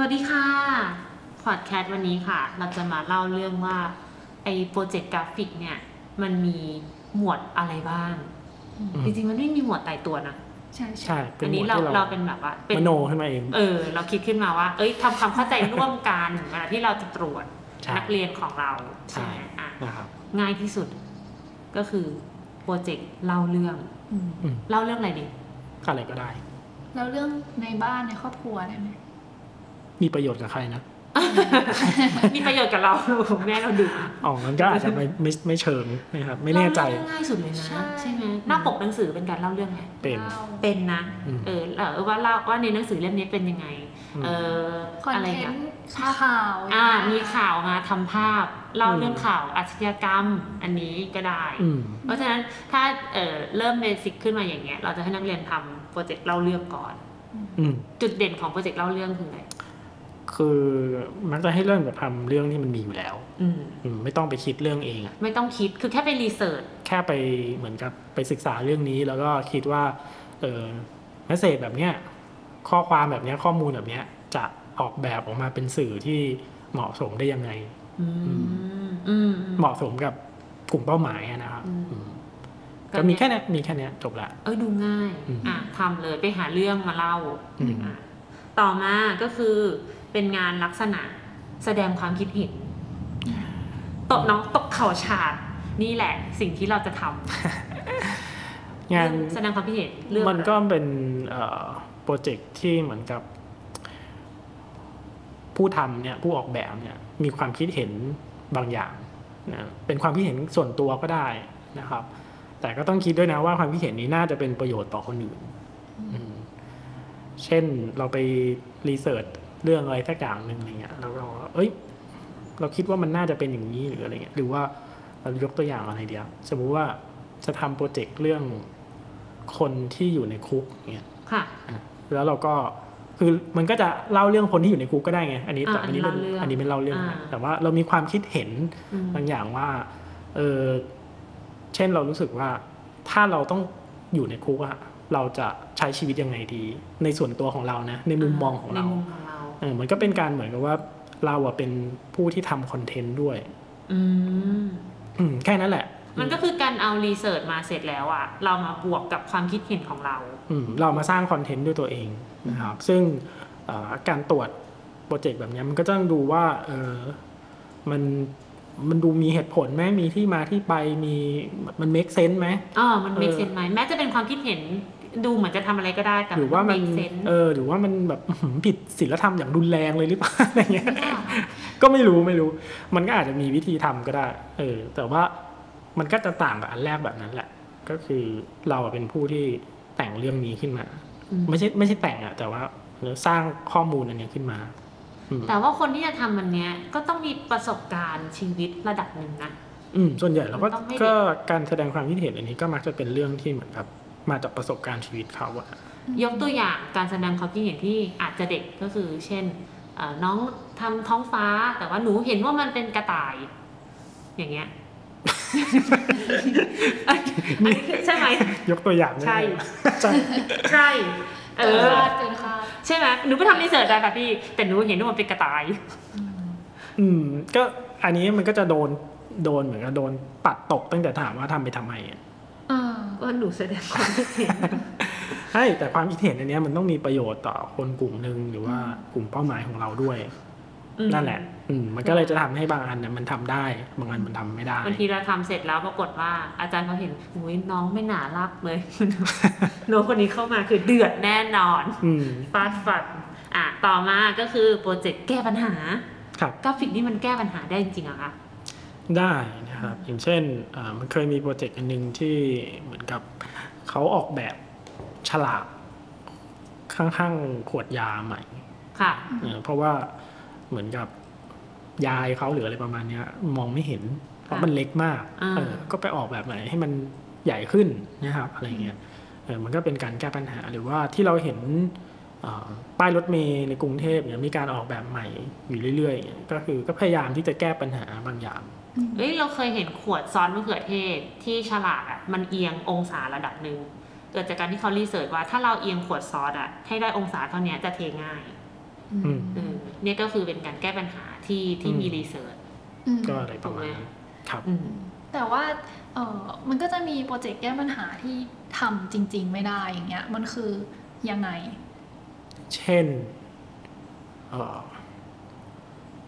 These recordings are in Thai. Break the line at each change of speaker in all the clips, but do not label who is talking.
วัสดีค่ะพอดแคสต์วันนี้ค่ะ เราจะมาเล่าเรื่องว่าไอ้โปรเจกต์กราฟิกเนี่ย มันมีหมวดอะไรบ้าง
อืม
จริงๆ มันไม่มีหมวดตายตัวนะ
ใช่ใช่
ใช่ เป็
อั
น
น
หม
นี้
วด
เรา
ที่เรา
เราเป็นแบบว่าเป็น
มโนขึ้นมาเอง
เออ เราคิดขึ้นมาว่า เอ้ยทำความเข้าใจร่วมกันเวลาที่เราจะตรวจ
ใช่
นักเรียนของเรา
ใช่
ใช่ไหมอ่ะ
นะครับ
ง่ายที่สุดก็คือโปรเจกต์เล่าเรื่อง
อืม
อืม
เล่าเรื่องอะไรดี
อะไรก็ได้
แล้วเรื่องในบ้านในครอบครัวได้ไหม
มีประโยชน์กับใครนะ
มีประโยชน์กับเรา แม่เราดู
อ๋อมันก็อาจจะ ไม่ไม่ไม่เชิงนะครับ ไม่แน่ใจ
เล่าเรื่องง่ายสุดเลยนะไหมหน้าปกหนังสือเป็นการเล่าเรื่องไง
เป็น
เล่า
เป็นนะ
อืม
เออเออว่าเล่าว่าในหนังสือเล่มนี้เป็นยังไง
อืม
เออ
คอน
อะไร
เทน
นะ
ต์ข่าว
อ่ามีข่าวมาทำภาพ เล่า
อืม
เรื่องข่าวอาชญากรรมอันนี้ก็ได้
อืม
เพราะฉะนั้นถ้าเออเริ่มเบสิกขึ้นมาอย่างเงี้ยเราจะให้นักเรียนทำโปรเจกต์เล่าเรื่องก่อน
อืม
จุดเด่นของโปรเจกต์เล่าเรื่องคืออะไร
คือมักจะให้เริ่มจากทำเรื่องที่มันมีอยู่แล้ว
อืม
อืม ไม่ต้องไปคิดเรื่องเอง
ไม่ต้องคิดคือแค่ไปรีเสิร์ช
แค่ไปเหมือนกับไปศึกษาเรื่องนี้ แล้วก็คิดว่า เออมสเซจแบบเนี้ย ข้อความแบบเนี้ย ข้อมูลแบบเนี้ย จะออกแบบออกมาเป็นสื่อที่เหมาะสมได้ยังไง
อืมอืมอื
เหมาะสมกับกลุ่มเป้าหมายอะนะครับ
อืม
อืมก็มีแค่เนี้ยมีแค่เนี้ยจบละ
เอ้ยดูง่าย
อืม
อ่ะทำเลยไปหาเรื่องมาเล่า
อืม
อ่ะต่อมาก็คือเป็นงานลักษณะแสดงความคิดเห็น ตกน้องตกเข่าฉาดนี่แหละ สิ่งที่เราจะทำ
งาน
แสดงความคิดเห็นเรื่อง
มันก็เป็นเอ่อโปรเจกต์ที่เหมือนกับ ผู้ทำเนี่ยผู้ออกแบบเนี่ย มีความคิดเห็นบางอย่างนะเป็นความคิดเห็นส่วนตัวก็ได้นะครับ แต่ก็ต้องคิดด้วยนะว่าความคิดเห็นนี้น่าจะเป็นประโยชน์ต่อคนอื่นอืมเช่นเราไปรีเสิร์ชเรื่องอะไรสักอย่างหนึ่งอะไรเงี้ยแล้วเราก็เอ้ย เราคิดว่ามันน่าจะเป็นอย่างนี้หรืออะไรเงี้ยหรือว่าเรายกตัวอย่างอะไรเดียวสมมุติว่าจะทำโปรเจกต์เรื่อง คนที่อยู่ในคุกเนี่ย
ค่ะ
แล้วเราก็คือมันก็จะเล่าเรื่องคนที่อยู่ในคุกก็ได้ไง อันนี้แต่
อ่า
อันนี้เป็น
อั
อั
น
น
นี้
นี้เป็น
เล่า
เล่า
เรื่อ
เรื่องง
อ่า
นะแต่ว่าเรามีความคิดเห็น
อืม
บางอย่างว่าเออเช่นเรารู้สึกว่าถ้าเราต้องอยู่ในคุกอะเราจะใช้ชีวิตยังไงดี ในส่วนตัวของเรานะ ในมุมมองของเรา
ในมุมของเรา
เออมันก็เป็นการเหมือนกับว่าเราอะเป็นผู้ที่ทำคอนเทนต์ด้วย
อืม
อืมแค่นั้นแหละ
มันก็คือการเอารีเสิร์ชมาเสร็จแล้วอ่ะ เรามาบวกกับความคิดเห็นของเรา
อืมเรามาสร้างคอนเทนต์ด้วยตัวเองนะครับ ซึ่งเอ่อการตรวจ โปรเจกต์แบบเนี้ยมันก็ต้องดูว่าเออมันมันดูมีเหตุผลไหมมีที่มาที่ไปมีมัน make sense ไหม
อ๋อ มันเมค
เออ
เซนไหมแม้จะเป็นความคิดเห็นดูเหมือนจะทำอะไรก็ได้แต่
หรือว่ามัน
เมคเซน
เออหรือว่ามันแบบ อื้อหือผิดศีลธรรมอย่างรุนแรงเลยหรือเปล่า อะไรเงี้ย ก็ไม่รู้ไม่รู้ มันก็อาจจะมีวิธีทำก็ได้ เออ แต่ว่ามันก็จะต่างกับอันแรกแบบนั้นแหละ ก็คือเราอะเป็นผู้ที่แต่งเรื่องนี้ขึ้นมา
อืม
ไม่ใช่ไม่ใช่แต่งอะแต่ว่าสร้างข้อมูลอันเนี้ยขึ้นมาอืม
แต่ว่าคนที่จะทำมันเนี้ยก็ต้องมีประสบการณ์ชีวิตระดับหนึ่งนะ
อืมส่วนใหญ่เราก็
มันต้องไม่
ก็การแสดงความคิดเห็นอันนี้ก็มักจะเป็นเรื่องที่เหมือนกับมาจากประสบการณ์ชีวิตเขาอะ
ยกตัวอย่างการแสดงความคิดเห็นที่อาจจะเด็กก็คือ เช่นเอ่อน้องทำท้องฟ้า แต่ว่าหนูเห็นว่ามันเป็นกระต่าย อย่างเงี้ย อันนี้ใช่ไหม
ยกตัวอย่างได้
ใช่
ไหมใช่
ใช่เอ
เกิน
อ
คาดเกินคาด
ใช่ไหมหนูไปทำรีเสิร์ชได้ค่ะพี่ แต่หนูเห็นว่ามันเป็นกระต่าย
อืม
อืมก็อันนี้มันก็จะโดนโดนเหมือนกับโดนปัดตกตั้งแต่ถามว่าทำไปทำไมอะ
เออ
ว่าหนูแสดงความคิดเห็น
ใช่แต่ความคิดเห็นอันเนี้ยมันต้องมีประโยชน์ต่อคนกลุ่มหนึ่งหรือว่ากลุ่มเป้าหมายของเราด้วย นั่นแหละ อืมมันก็เลยจะทำให้บางอันเนี่ยมันทำได้ บางอันมันทำไม่ได้
บางทีเราทำเสร็จแล้วปรากฏว่าอาจารย์เขาเห็นอุ้ยน้องไม่หนารักเลย น้องคนนี้เข้ามาคือเดือดแน่นอน
อืม
ฟาดฟันอ่ะต่อมาก็คือโปรเจกต์แก้ปัญหา
ครับ
กราฟิกนี่มันแก้ปัญหาได้จริงๆเหรอะคะ
ได้นะครับ อย่างเช่นอ่ามันเคยมีโปรเจกต์อันหนึงที่เหมือนกับเขาออกแบบฉลากข้างๆขวดยาใหม่
ค่ะ
เออเพราะว่าเหมือนกับยายเขาหรืออะไรประมาณเนี้ย มองไม่เห็น เพราะมันเล็กมาก
อ่า
เออก็ไปออกแบบไหนให้มันใหญ่ขึ้นนะครับอะไรเงี้ยเออมันก็เป็นการแก้ปัญหาหรือว่าที่เราเห็นเอ่อป้ายรถเมล์ในกรุงเทพเนี่ยมีการออกแบบใหม่อยู่เรื่อยๆเนี่ยก็คือก็พยายามที่จะแก้ปัญหาบางอย่าง
เอ้ยเราเคยเห็นขวดซอสมะเขือเทศที่ฉลากอะมันเอียงองศาระดับหนึ่งเกิดจากการที่เขารีเสิร์ชว่าถ้าเราเอียงขวดซอสอะให้ได้องศาเท่าเนี้ยจะเทง่าย
อืม
เออ เนี่ยก็คือเป็นการแก้ปัญหาที่ที่มี
อืม
รีเสิร์ช
อืม
ก็อะไรประมาณนั้นครับ
อืม
แต่ว่าเออมันก็จะมีโปรเจกต์แก้ปัญหาที่ทำจริง ๆ ไม่ได้อย่างเงี้ย มันคือยังไง
เช่นเอ่อ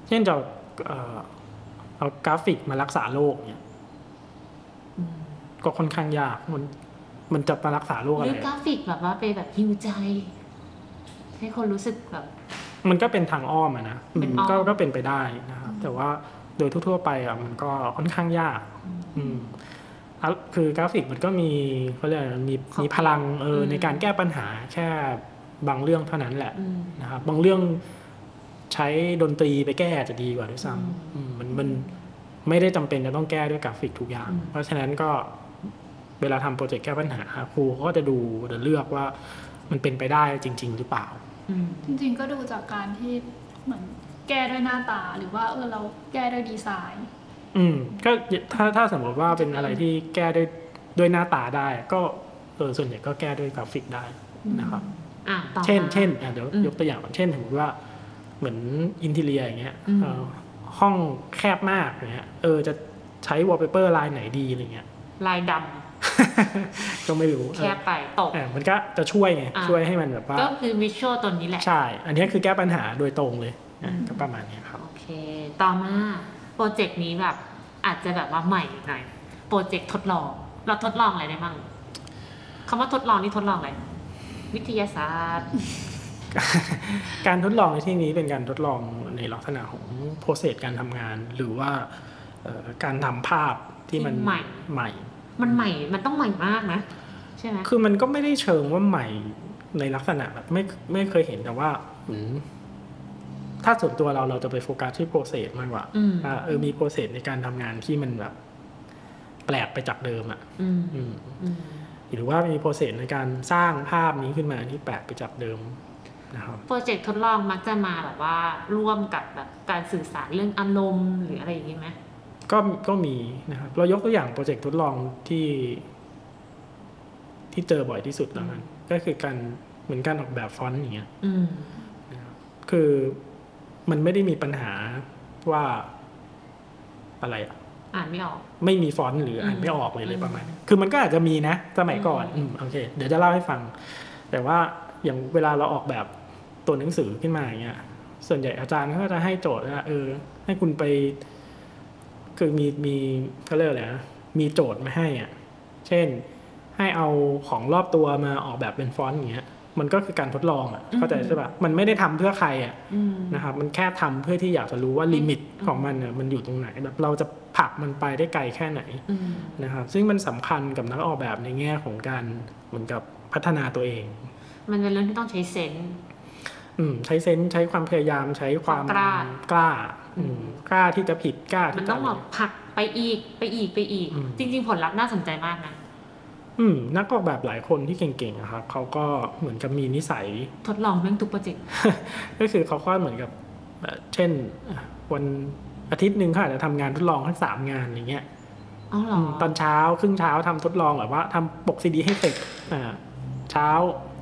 เช่นจะเอ่อเอากราฟิกมารักษาโรคเนี่ย
อืม
ก็ค่อนข้างยากมันมันจะมารักษาโรคอะ
หรื
ไร
อกราฟิกแบบว่าไปแบบฮิวใจ ให้คนรู้สึกแบบ
มันก็เป็นทางอ้อมอะนะ
เป็นอ้อม
ก็ก็เป็นไปได้นะครับแต่ว่าโดยทั่วๆไปอะมันก็ค่อนข้างยาก อืมอ่ะคือกราฟิกมันก็มีเขาเรียกอะไรมี
ขอบ
มีพลังเอออ
ม
ในการแก้ปัญหาแค่บางเรื่องเท่านั้นแหละ
อืม
นะครับบางเรื่องใช้ดนตรีไปแก้จะดีกว่าด้วย
อืม
ซ้ำอืมมันมันไม่ได้จำเป็นจะต้องแก้ด้วยกราฟิกทุกอย่าง
อืม
เพราะฉะนั้นก็เวลาทำโปรเจกต์แก้ปัญหาครูเขาก็จะดูจะเลือกว่ามันเป็นไปได้จริง ๆ หรือเปล่า
อืม
จริง ๆ ก็ดูจากการที่เหมือนแก้ด้วยหน้าตาหรือว่าเออเราแก้ด้วยดีไซน์
อืมก็ถ้าถ้าสมมติว่าเป็นอะไรที่แก้ด้วยด้วยหน้าตาได้ ก็เออส่วนใหญ่ก็แก้ด้วยกราฟิกได้นะครับ
อ่ะต่อมา
เช่น เช่นอ่ะเดี๋ยว
อืม
ยกตัวอย่างก่อนเช่นสมมติว่าเหมือนอินทีเรียอย่างเงี้ย
อืม
เอ่อห้องแคบมากอย่างเงี้ย เออจะใช้วอลเปเปอร์ลายไหนดีอะไรเงี้ย
ลายด
ก็ไม่รู้
ำ
เอ
แค่
อ
ไปตก
อ่ะมันก็จะช่วยไง
อ่ะ
ช่วยให้มันแบบว่า
ก็คือวิชวลตัวนี้แหละ
ใช่ อันเนี้ยคือแก้ปัญหาโดยตรงเลยอ่ะ
อืม
ก็ประมาณเนี้ยครับ
โอเค ต่อมาโปรเจกต์นี้แบบอาจจะแบบว่าใหม่หน่อย โปรเจกต์ทดลอง เราทดลองอะไรได้บ้างคำว่าทดลองนี่ทดลองอะไร วิทยาศาสตร์
การทดลองในที่นี้เป็นการทดลองในลักษณะของโปรเซสการทำงาน หรือว่าเอ่อการทำภาพที่มัน
ที่ใหม่
ใหม่
มันใหม่ มันต้องใหม่มากนะ ใช่ไหม
คือมันก็ไม่ได้เชิงว่าใหม่ในลักษณะแบบไม่ไม่เคยเห็นแต่ว่าอืมถ้าส่วนตัวเราเราจะไปโฟกัสที่โปรเซสมากกว่า
อืม
ว่าเออมีโปรเซสในการทำงานที่มันแบบ แปลกไปจากเดิมอะ่ะ
อืม
อืม
อืม
หรือว่ามีโปรเซสในการสร้างภาพนี้ขึ้นมาที่แปลกไปจากเดิมนะครับ
โปรเจกต์ทดลองมักจะมาแบบว่าร่วมกับแบบการสื่อสารเรื่องอารมณ์หรืออะไรอย่างงี้ไหม
ก็ก็มีนะครับ เรายกตัวอย่างโปรเจกต์ทดลองที่ ที่เจอบ่อยที่สุดแล้วกันก็คือการเหมือนการออกแบบฟอนต์อย่างเงี้ย
อืม
นะครับคือมันไม่ได้มีปัญหาว่าอะไรอะ
อ่านไม่ออก
ไม่มีฟอนต์หรืออ่าน
อืม
ไม่ออกเลยเลย
อืม
ประมาณนี้คือมันก็อาจจะมีนะ สมัยก่อน
อืม
อืมโอเค เดี๋ยวจะเล่าให้ฟัง แต่ว่าอย่างเวลาเราออกแบบตัวหนังสือขึ้นมาอย่างเงี้ย ส่วนใหญ่อาจารย์เขาก็จะให้โจทย์ว่าเออ ให้คุณไป คือมีมีเขาเรียกอะไรนะมีโจทย์มาให้อ่ะ เช่นให้เอาของรอบตัวมาออกแบบเป็นฟอนต์อย่างเงี้ย มันก็คือการทดลองอ่ะเข้าใจใช่ปะมันไม่ได้ทำเพื่อใครอ่ะ
อืม
นะครับมันแค่ทำเพื่อที่อยากจะรู้ว่าลิมิต
อืม
ของมันเนี่ยมันอยู่ตรงไหนแบบเราจะผลักมันไปได้ไกลแค่ไหน
อืม
นะครับซึ่งมันสำคัญกับนักออกแบบในแง่ของการเหมือนกับพัฒนาตัวเอง
มันเป็นเรื่องที่ต้องใช้เซนส์
อืมใช้เซนส์ใช้ความพยายามใช้ความ
กล้าก
ล้า
อื
อื
ม
มกล้าที่จะผิดกล้า
มัน
ที่จะ
ต้อ
อะ
ง
ไร
แบบผลักไปอีกไปอีกไปอีก
อืม
จริง ๆ ผลลัพธ์น่าสนใจมากนะ
อืมนักออกแบบหลายคนที่เก่งๆนะครับเขาก็เหมือนกับมีนิสัย
ทดลองเรื่องทุกโปรเจกต์
ก็คือเขาก็เหมือนกับเอ่อเช่นอ่ะวันอาทิตย์หนึ่งเขาอาจจะทำงานทดลองทั้งสามงานอย่างเงี้ย
อ๋อเหรอ
อืมตอนเช้าครึ่งเช้าทำทดลองแบบว่าทำปกซีดีให้เสร็จอ่าเช้า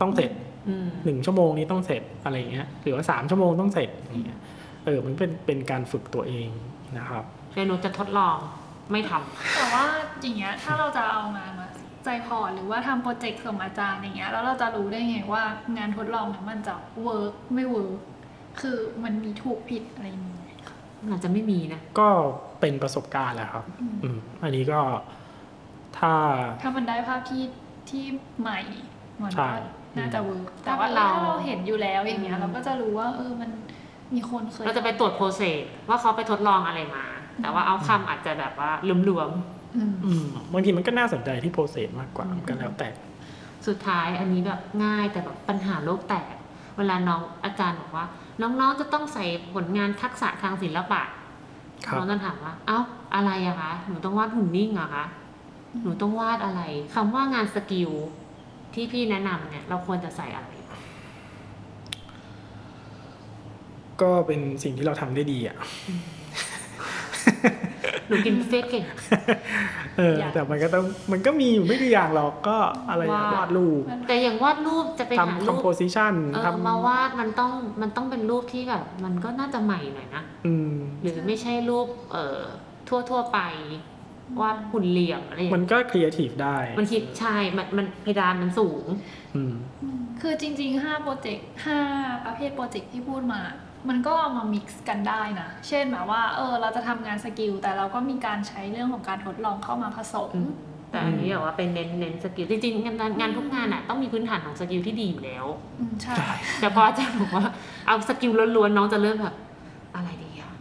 ต้องเสร็จ
อืม
หนึ่งชั่วโมงนี้ต้องเสร็จอะไรอย่างเงี้ยหรือว่าสามชั่วโมงต้องเสร็จอย่างเงี้ยเออมันเป็นเป็นการฝึกตัวเองนะครับ
เรียนรู้จะทดลองไม่ทำ
แต่ว่าอย่างเงี้ยถ้าเราจะเอางานมาใจพอร์ตหรือว่าทำโปรเจกต์ส่งอาจารย์อย่างเงี้ยแล้วเราจะรู้ได้ไงว่างานทดลองเนี่ยมันจะเวิร์กไม่เวิร์กคือมันมีถูกผิดอะไรอย่างเงี้ย
มันอาจจะไม่มีนะ
ก็เป็นประสบการณ์แหละครับ
อืม
อืมอันนี้ก็ถ้า
ถ้ามันได้ภาพที่ที่ใหม่มัน
ใช่
ก็น่าจะเวิร์กแต่ว่า
ถ้า
ถ้า
เรา
เราเห็นอยู่แล้วอย่างเงี้
อื
ย
ม
เราก็จะรู้ว่าเออมันมีคนเคย
เราจะไปตรวจโปรเซสว่าเขาไปทดลองอะไรมา แต่ว่าเอาคำอาจจะแบบว่าหลวม
อืม
อืมบางทีมันก็น่าสนใจที่โปรเซสมากกว่ามันก็แล้วแต่
ๆ สุดท้ายอันนี้แบบง่ายแต่แบบปัญหาโลกแตก เวลาน้องอาจารย์บอกว่า น้องๆจะต้องใส่ผลงานทักษะทางศิลปะ
ครับ
น้องจะถามว่า เอ้าอะไรอะคะ หนูต้องวาดหุ่นนิ่งเหรอะคะ หนูต้องวาดอะไรคำว่างานสกิลที่พี่แนะนำเนี่ย เราควรจะใส่อะไร
ก็เป็นสิ่งที่เราทำได้ดีอ่ะ
หนูกินบุฟเฟ่ต์เก่ง
เออ
อยาก
แต่มันก็ต้องมันก็มีอยู่ไม่กี่อย่างหรอกก็อะไร
วาด
วาดรูป
แต่อย่างวาดรูปจะไปหา
ทำคอ
รู
ม
ป
โพสิชัน
เออ
ทำ
มาวาดมันต้องมันต้องเป็นรูปที่แบบ มันก็น่าจะใหม่หน่อยนะ
อืม
หรือไม่ใช่รูปเอ่อทั่วทั่วๆไปวาดหุ่นเหลี่ยมอะไรอย่าง
มัน
เงี้ย
ก็ครีเอทีฟได้
มันคิดใช่มันมันเพดานมันสูง
อืม
คือจริงๆ 5 โปรเจกต์ 5 ประเภทโปรเจกต์ที่พูดมา มันก็เอามา mix กันได้นะ เช่นแบบว่า เออ เราจะทำงานสกิล แต่เราก็มีการใช้เรื่องของการทดลองเข้ามาผสม
อืม แต่อันนี้แบบว่าเป็นเน้นเน้นสกิลจริงๆงานงานทุกงานอ่ะต้องมีพื้นฐานของสกิลที่ดีอยู่ แล้ว
อืม ใช่
ใช่
แต่พออาจารย์บอกว่าเอาสกิลล้วนๆน้องจะเริ่มแบบอะไรดีอะ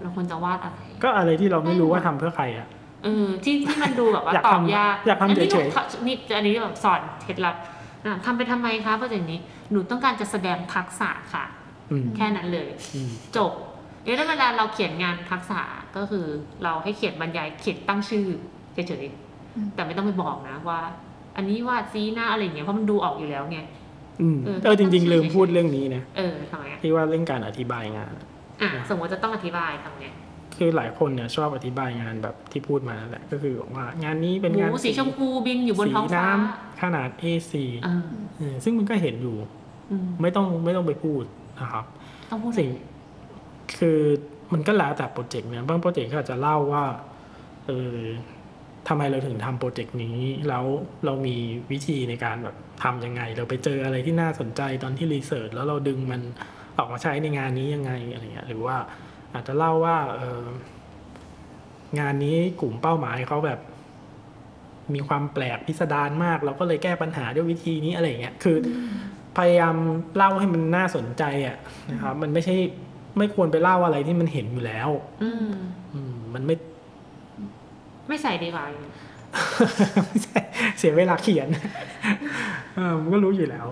เราควรจะวาดอะไร
ก็อะไรที่เราไม่รู้ว่าทำเพื่อใครอ่ะ
เออที่ที่มันดูแบบว่า
อยาก
ต
ทำ
อบยาก
อยากทำ
นนี้
เฉยๆ
หนูนี่อันนี้แบบสอนเคล็ดลับอ่ะทำไปทำไมคะโปรเจกต์นี้หนูต้องการจะแสดงทักษะค่ะ
อืม
แค่นั้นเลย
อืม
จบเอ๊ะแล้วเวลาเราเขียนงานทักษะก็คือ เราให้เขียนบรรยายเขียนตั้งชื่อเฉย
อืม
ๆแต่ไม่ต้องไปบอกนะว่า อันนี้วาดซีหน้าอะไรอย่างเงี้ยเพราะมันดูออกอยู่แล้วไง
อืม
เออ
เออจริง ๆ ลืมพูดเรื่องนี้นะ
เออทำไงอะ
ที่ว่าเรื่องการอธิบายงาน
อ่ะสมมติจะต้องอธิบายทำไง
คือหลายคนเนี่ยชอบอธิบายงานแบบที่พูดมานั่นแหละก็คือบอกว่างานนี้เป็น
หมู
งาน
สีชมพูบินอยู่บนท้องฟ้า
สีำขนาด A4
เออ
เออซึ่งมันก็เห็นอยู่
อืม
ไม่ต้องไม่ต้องไปพูดนะครับ
ต้องพูด
สิ่งคือมันก็แล้วแต่โปรเจกต์นะบางโปรเจกต์ก็อาจจะเล่าว่าเออทำไมเราถึงทำโปรเจกต์นี้แล้วเรามีวิธีในการแบบทำยังไง เราไปเจออะไรที่น่าสนใจตอนที่รีเสิร์ชแล้วเราดึงมันออกมาใช้ในงานนี้ยังไงอะไรเงี้ยหรือว่าอาจจะเล่าว่าเอองานนี้กลุ่มเป้าหมายเขาแบบ มีความแปลกพิสดารมาก เราก็เลยแก้ปัญหาด้วยวิธีนี้อะไรเงี้ยคือ พยายามเล่าให้มันน่าสนใจอ่ะนะครับ มันไม่ใช่ไม่ควรไปเล่าอะไรที่มันเห็นอยู่แล้ว
อืม
อืมมันไม่
ไม่ใส่ดีกว่า
ไม่ใช่เสียเวลาเขียน เออมันก็รู้อยู่แล้ว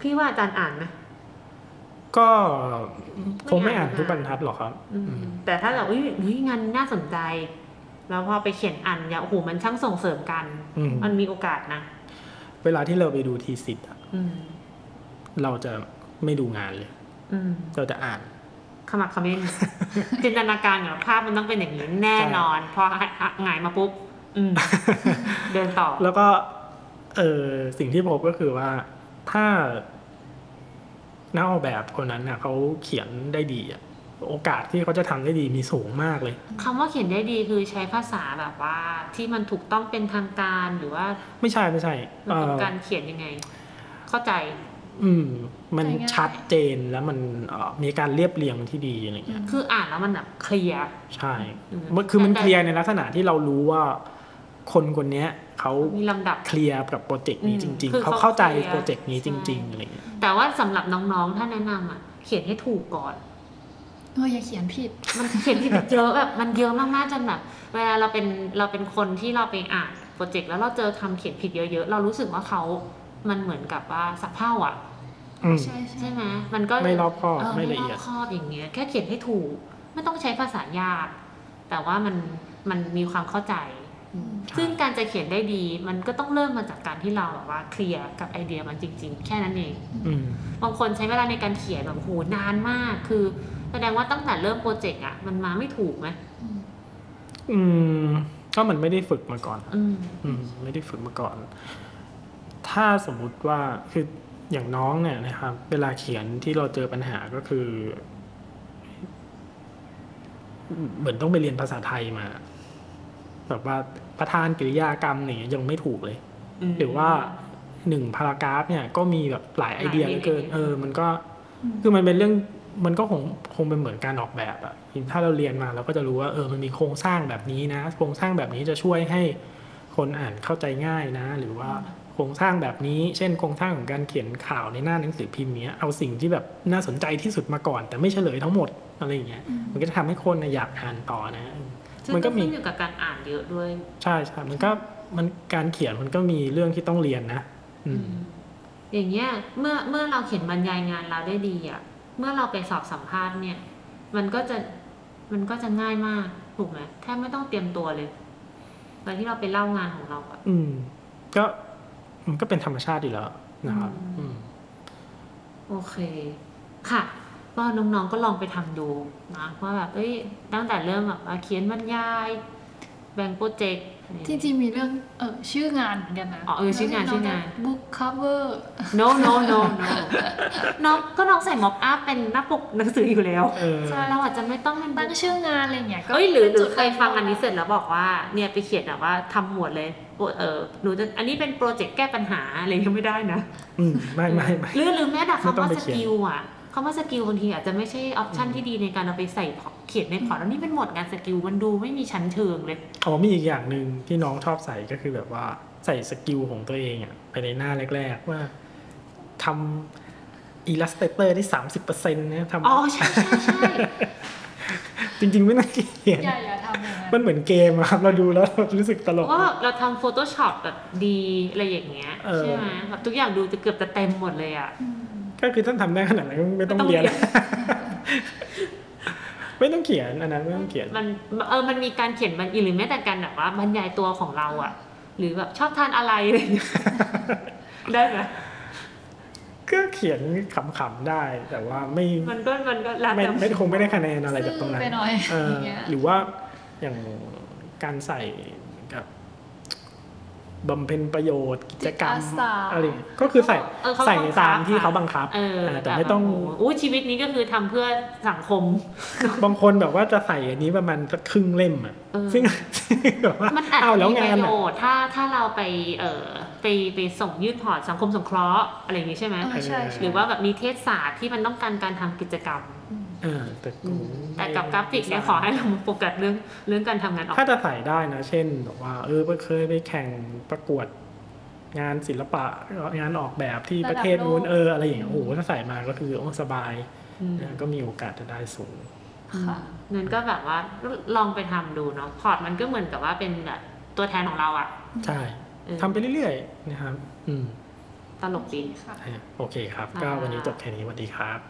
พี่ว่าอาจารย์อ่านไหม
ก็คง
ไม่
ไม่
อ่า
อ่าน นทุกบรรทัดหรอกครับ
อืม
อืม
แต่ถ้าเราอุ้ยเฮ้ยงานน่าสนใจ แล้วพอไปเขียนอ่านเนี่ยโอ้โหมันช่างส่งเสริมกัน
อืม
มันมีโอกาสนะ
เวลาที่เราไปดูทีสิทธ์อะ
อืม
เราจะไม่ดูงานเลย
อืม
เราจะอ่าน
ขมักเขม้น จินตนาการกับภาพมันต้องเป็นอย่างนี้แน่นอน พอหงายมาปุ๊บอืม เดินต่อ
แล้วก็เออสิ่งที่พบก็คือว่าถ้านักออกแบบคนนั้นน่ะเขาเขียนได้ดีอะโอกาสที่เขาจะทำได้ดีมีสูงมากเลย
คำว่าเขียนได้ดีคือใช้ภาษาแบบว่า ที่มันถูกต้องเป็นทางการหรือว่า
ไม่ใช่ไม่ใช่
มัน
เอ่
เป็น
อ
การเขียนยังไง เข้าใจ
อืม มัน
ใจง่าย
ชัดเจนแล้วมันเอ่อมีการเรียบเรียงที่ดีอะไรเงี้ย
คืออ่านแล้วมันแบบเคลียร์
ใช่
อืม
มันคือมันเคลียร์ในลักษณะที่เรารู้ว่าคนคนเนี้ยเขา
มีลำดับ
เคลียร์กับโปรเจกต์นี้จริง
อืมคือ
ๆ เขา
เขา
เข้าใจ
เคลียร์
โปรเจกต์นี้จริง
ใช่
ๆอะไรเงี้ย
แต่ว่าสำหรับน้องๆ ถ้าแนะนำอ่ะ เขียนให้ถูกก่อน
เอออย่าเขียนผิด
มันเขียนผิดเยอะแบบมันเยอะมากๆจนแบบเวลาเราเป็นเราเป็นคนที่เราไปอ่านโปรเจกต์แล้วเราเจอคำเขียนผิดเยอะๆ เรารู้สึกว่าเขา มันเหมือนกับว่าสับเพ่าอ่ะ
อืม
ใช่ใช่
ใช่ไหมมันก็
ไม่รอบคอบ
เออ
ไม่
ไม่ร
ละ
อ
เอีย
บ
ด
คอบอย่างเงี้ย แค่เขียนให้ถูก ไม่ต้องใช้ภาษายาก แต่ว่ามันมันมีความเข้าใจ
อืม
ใช่
ซึ่งการจะเขียนได้ดี มันก็ต้องเริ่มมาจากการที่เราแบบว่าเคลียร์กับไอเดียมันจริง ๆ แค่นั้นเอง
อืม
บางคนใช้เวลาในการเขียนแบบโหนานมาก คือ แสดงว่าตั้งแต่เริ่มโปรเจกต์อ่ะ มันมาไม่ถูกไหม
อืม
อืมก็มันไม่ได้ฝึกมาก่อน
อืม
อืมไม่ได้ฝึกมาก่อน ถ้าสมมุติว่าคืออย่างน้องเนี่ยนะครับ เวลาเขียนที่เราเจอปัญหาก็คือ เหมือนต้องไปเรียนภาษาไทยมา แบบว่าประธานกริยากรรมเนี่ยยังไม่ถูกเลย หรือว่าหนึ่งพารากราฟเนี่ย ก็มีแบบหลายไอเดียเหลือเกิน
หลายไอเดีย
เออ มันก็
อืม
คือมันเป็นเรื่องมันก็คงคงเป็นเหมือนการออกแบบอะถ้าเราเรียนมาเราก็จะรู้ว่าเออมันมีโครงสร้างแบบนี้นะ โครงสร้างแบบนี้จะช่วยให้คนอ่านเข้าใจง่ายนะ หรือว่าโครงสร้างแบบนี้ เช่นโครงสร้างของการเขียนข่าวในหน้าหนังสือพิมพ์เนี้ยเอาสิ่งที่แบบน่าสนใจที่สุดมาก่อน แต่ไม่เฉลยทั้งหมดอะไรอย่างเงี้ย
อืม
มันก็จะทำให้คนน่ะอยากอ่านต่อนะ
ซึ่ง
มันก็
ก็
มี
ขึ้นอยู่กับการอ่านเยอะด้วย
ใช่ใช่มันก็มันการเขียนมันก็มีเรื่องที่ต้องเรียนนะ อืม
อย่างเงี้ย เมื่อเมื่อเราเขียนบรรยายงานเราได้ดีอ่ะ เมื่อเราไปสอบสัมภาษณ์เนี่ย มันก็จะมันก็จะง่ายมากถูกไหมแทบไม่ต้องเตรียมตัวเลยตอนที่เราไปเล่างานของเราอะ
อืม ก็มันก็เป็นธรรมชาติอยู่แล้วนะครับ
อื
อื
ม
ม
โอเคค่ะก็น้องๆก็ลองไปทำดูนะว่าแบบเอ้ยตั้งแต่เริ่มแบบว่าเขียนบรรยาย แบ่งโปรเจกต์
จริงๆมีเรื่องเออชื่องานเหมือนกันนะ
อ๋อเออชื่องานชื่องาน
บุ๊กคัฟเวอร์
no no no no น้องก็น้องใส่ม็อกอัพเป็นหน้าปกหนังสืออยู่แล้ว
เออ
ใช่เราอาจจะไม่ต้องเป็น
ตั้งชื่องานอะไรอย่างเงี้ยก็
เอ้ยหรือหรือ
จุด
เคยฟังอันนี้เสร็จแล้วบอกว่าเนี่ยไปเขียนแบบว่าทำหมวดเลยโปรเออหนูจะอันนี้เป็นโปรเจกต์แก้ปัญหาอะไรยังยไม่ได้นะ
อืมไม่ไม่ไม่
หรือหรือแม้แต่
ไม่ต้
คำ
อง
ว่า
ไป
ส
เขียน
กิลอ่ะคำว่าสกิลบางทีอาจจะไม่ใช่ออปชันที่ดีในการเอาไปใส่พอร์ตเขียนในพอร์ตแล้วนี่เป็นหมวดงานสกิลมันดูไม่มีชั้นเชิงเลย
อ๋อมีอีกอย่างหนึ่งที่น้องชอบใส่ก็คือแบบว่าใส่สกิลของตัวเองอะไปในหน้าแรก ๆ ว่าทำอิลลัสเตเตอร์ได้สามสิบเป อร์เซ็นต์นะท
อ๋อใช่ใช่ใช่
ำจริง ๆ ไม่น่าเกลียด
อย่าอย่าทำอย่างนั้น
มันเหมือนเกมอะครับ เราดูแล้วเรารู้สึกตลก
ว่าแบบเราทำ Photoshop แบบดีอะไรอย่างเงี้ย
เออ
ใช่ไหมแบบทุกอย่างดูจะเกือบจะเต็มหมดเลยอ่ะ
ก็คือท่านทำได้ขนาดนั้นไม่ต้อง
ไม่ต้อง
เรียน
เรียน
ไม่ต้องเขียนอันนั้นไม่ต้องเขียน
มันเออมันมีการเขียนบรรยายหรือแม้แต่การแบบว่าบรรยายตัวของเราอ่ะ หรือแบบชอบทานอะไร อะไรอย่างเงี้ยได้ไหม
ก็เขียนขำๆได้ แต่ว่าไม่
มันก็มันก็แล้ว
ไม่
แต่
ไม่คงไม่ได้คะแนนอะไรจากตรงนั้น
ซื่อไปหน่อย
เอออย่าง
เงี้ย
หรือว่าอย่างการใส่กับบำเพ็ญประโยชน์ กิจกรรม
จิตอาสา
อะไรอย่างเงี้ยก็คือใส่
เออเขา
ใส่
บังคับ
ตามที่
ค่ะ
เขาบังคับ
เออ
เออแต่
บบ
ไม่ต้อง
โโหอู้ชีวิตนี้ก็คือทำเพื่อสังคม
บางคนแบบว่าจะใส่อันนี้ประมาณสักครึ่งเล่มอ่ะ
เออ
ซึ่งแบบว่า
มันอาจ
เอา
จะ
แล้ว
มีป
งาน
ระโย
อะ
ชน์ถ้าถ้าเราไปเอ่อไปไปส่งยื่นพอร์ตสังคมสงเคราะห์อะไรอย่างนี้ใช่ไหม
เออใช่
เ
ใช่
หรือว่าแบบนิเทศศาสตร์ที่มันต้องการการทำกิจกรรม
อืม
เออแต่กู
แต่กับกราฟิกเนี่ย
ไม่
ขอให้เราโฟกัสเรื่องเรื่องการทำงานออก
ถ้าจะใส่ได้นะ เช่นแบบว่า เออเคยไปแข่งประกวด งานศิลปะงานออกแบบที่ประเทศนู้น
ระดับโลก
เอออะไรอย่างเงี้ยโอ้โหถ้าใส่มาก็คือโอ้สบาย
อืม
ก็มีโอกาสจะได้สูง
ค่ะ
นั่นก็แบบว่าลองไปทำดูเนาะพอร์ตมันก็เหมือนกับว่าเป็นแบบตัวแทนของเราอะ
ใช่
เออ
ทำไปเรื่อยๆนะครับ อืม
ตลกดี
ค่ะ
โอเคครับ ก็วันนี้จบแค่นี้สวัสดีครับ